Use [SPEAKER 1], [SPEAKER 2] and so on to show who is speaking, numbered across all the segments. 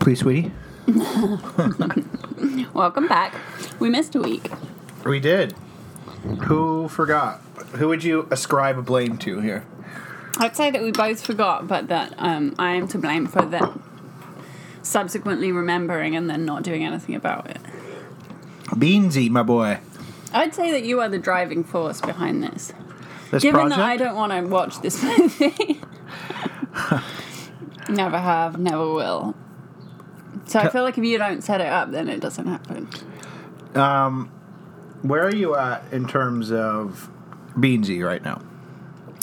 [SPEAKER 1] Please, sweetie.
[SPEAKER 2] Welcome back. We missed a week.
[SPEAKER 3] We did. Who forgot? Who would you ascribe blame to here?
[SPEAKER 2] I'd say that we both forgot, but that um, I am to blame for that subsequently remembering and then not doing anything about it.
[SPEAKER 3] Beansy, my boy.
[SPEAKER 2] I'd say that you are the driving force behind this.
[SPEAKER 3] This
[SPEAKER 2] Given
[SPEAKER 3] project.
[SPEAKER 2] that I don't want to watch this movie, never have, never will. So I feel like if you don't set it up, then it doesn't happen.
[SPEAKER 3] Where are you at in terms of Beansy right now?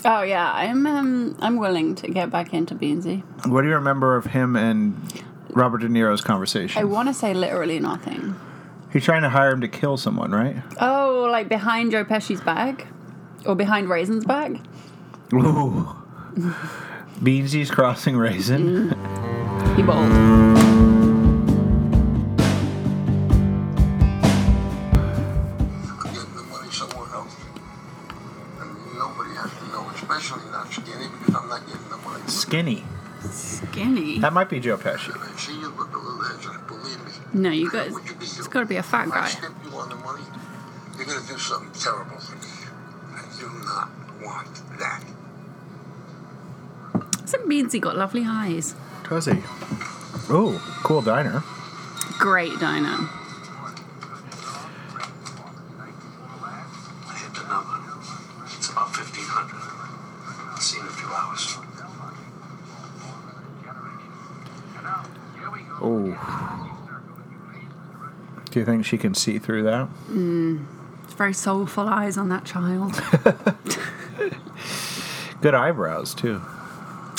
[SPEAKER 2] Oh yeah, I'm um, I'm willing to get back into Beansy.
[SPEAKER 3] What do you remember of him and Robert De Niro's
[SPEAKER 2] I
[SPEAKER 3] conversation?
[SPEAKER 2] want to say literally nothing.
[SPEAKER 3] He's trying to hire him to kill someone, right?
[SPEAKER 2] Oh, like behind Joe Pesci's back, or behind Raisin's back.
[SPEAKER 3] Ooh. Beansy's crossing raisin.
[SPEAKER 2] He bowled.
[SPEAKER 4] could get the money somewhere else. And nobody has to know, especially not Skinny, because I'm not getting the money.
[SPEAKER 3] Skinny.
[SPEAKER 2] Skinny.
[SPEAKER 3] That might be Joe Pesci.
[SPEAKER 4] And she is with the little agent, believe me.
[SPEAKER 2] No, you got.
[SPEAKER 4] What you
[SPEAKER 2] It's
[SPEAKER 4] do?
[SPEAKER 2] got to be a fat
[SPEAKER 4] If I
[SPEAKER 2] guy.
[SPEAKER 4] skip you on the money, you're going to do something terrible for me. I do not want that.
[SPEAKER 2] Some Beansy got lovely eyes.
[SPEAKER 3] Does he? Ooh, cool diner.
[SPEAKER 2] Great diner.
[SPEAKER 5] I hit the number. It's about 1500. I'll see you in a few hours.
[SPEAKER 3] Oh. Do you think she can see through that?
[SPEAKER 2] It's very soulful eyes on that child.
[SPEAKER 3] Good eyebrows, too.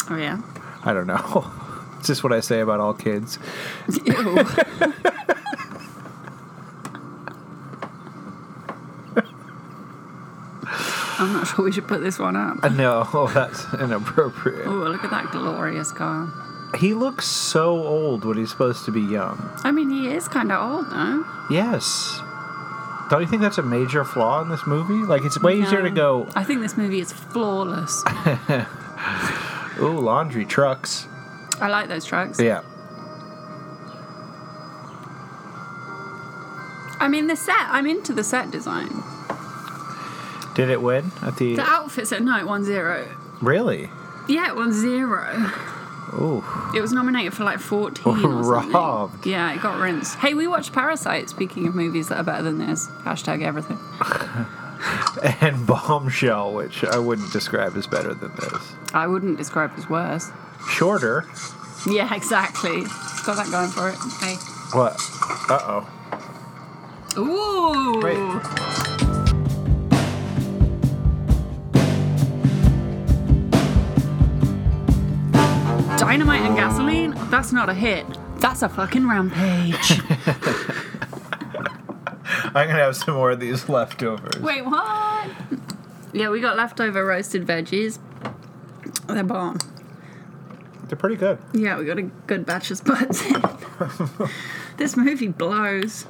[SPEAKER 2] oh yeah.
[SPEAKER 3] I don't know. It's just what I say about all kids.
[SPEAKER 2] Ew. I'm not sure we should put this one up.
[SPEAKER 3] No, oh, that's inappropriate.
[SPEAKER 2] Oh, look at that glorious car.
[SPEAKER 3] He looks so old when he's supposed to be young.
[SPEAKER 2] I mean, he is kind of old, no?
[SPEAKER 3] Yes. Don't you think that's a major flaw in this movie? Like, it's way easier to
[SPEAKER 2] No.
[SPEAKER 3] go,
[SPEAKER 2] I think this movie is flawless.
[SPEAKER 3] ooh, laundry trucks.
[SPEAKER 2] I like those trucks.
[SPEAKER 3] Yeah.
[SPEAKER 2] I mean, the set, I'm into the set design.
[SPEAKER 3] Did it win at the.
[SPEAKER 2] The outfits at night won zero.
[SPEAKER 3] Really?
[SPEAKER 2] Yeah, it won zero.
[SPEAKER 3] Ooh.
[SPEAKER 2] It was nominated for like 14 or something.
[SPEAKER 3] Robbed.
[SPEAKER 2] Yeah, it got rinsed. Hey, we watched Parasite, speaking of movies that are better than this. Hashtag everything.
[SPEAKER 3] And Bombshell, which I wouldn't describe as better than this.
[SPEAKER 2] I wouldn't describe as worse.
[SPEAKER 3] Shorter.
[SPEAKER 2] Yeah, exactly. It's got that going for it. Hey.
[SPEAKER 3] What? Uh oh.
[SPEAKER 2] Ooh.
[SPEAKER 3] Right.
[SPEAKER 2] Dynamite and gasoline? That's not a hit. That's a fucking rampage.
[SPEAKER 3] I'm going to have some more of these leftovers.
[SPEAKER 2] Wait, what? Yeah, we got leftover roasted veggies. They're bomb.
[SPEAKER 3] They're pretty good.
[SPEAKER 2] Yeah, we got a good batch of spuds. this movie blows.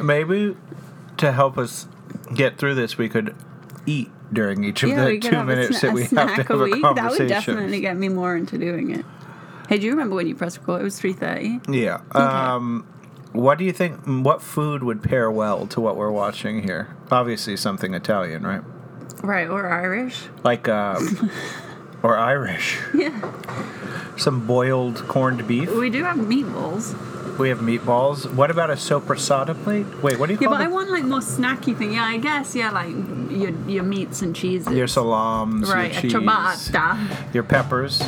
[SPEAKER 3] Maybe to help us get through this, we could eat during each of
[SPEAKER 2] yeah,
[SPEAKER 3] the two minutes that we have to have a,
[SPEAKER 2] That
[SPEAKER 3] conversation.
[SPEAKER 2] would definitely get me more into doing it. Hey, do you remember when you pressed record? It was 3.30.
[SPEAKER 3] Yeah. Um, what do you think? What food would pair well to what we're watching here? Obviously, something Italian, right?
[SPEAKER 2] Right, or Irish.
[SPEAKER 3] Like, uh, or Irish.
[SPEAKER 2] Yeah.
[SPEAKER 3] Some boiled corned beef.
[SPEAKER 2] We do have meatballs.
[SPEAKER 3] We have meatballs. What about a sopressata plate? Wait, what do you
[SPEAKER 2] Yeah,
[SPEAKER 3] call
[SPEAKER 2] Oh, but I
[SPEAKER 3] the-
[SPEAKER 2] want like more snacky thing. Yeah, I guess. Yeah, like your your meats and cheeses.
[SPEAKER 3] your salams,
[SPEAKER 2] right,
[SPEAKER 3] your
[SPEAKER 2] a
[SPEAKER 3] cheese,
[SPEAKER 2] ciabatta.
[SPEAKER 3] your peppers.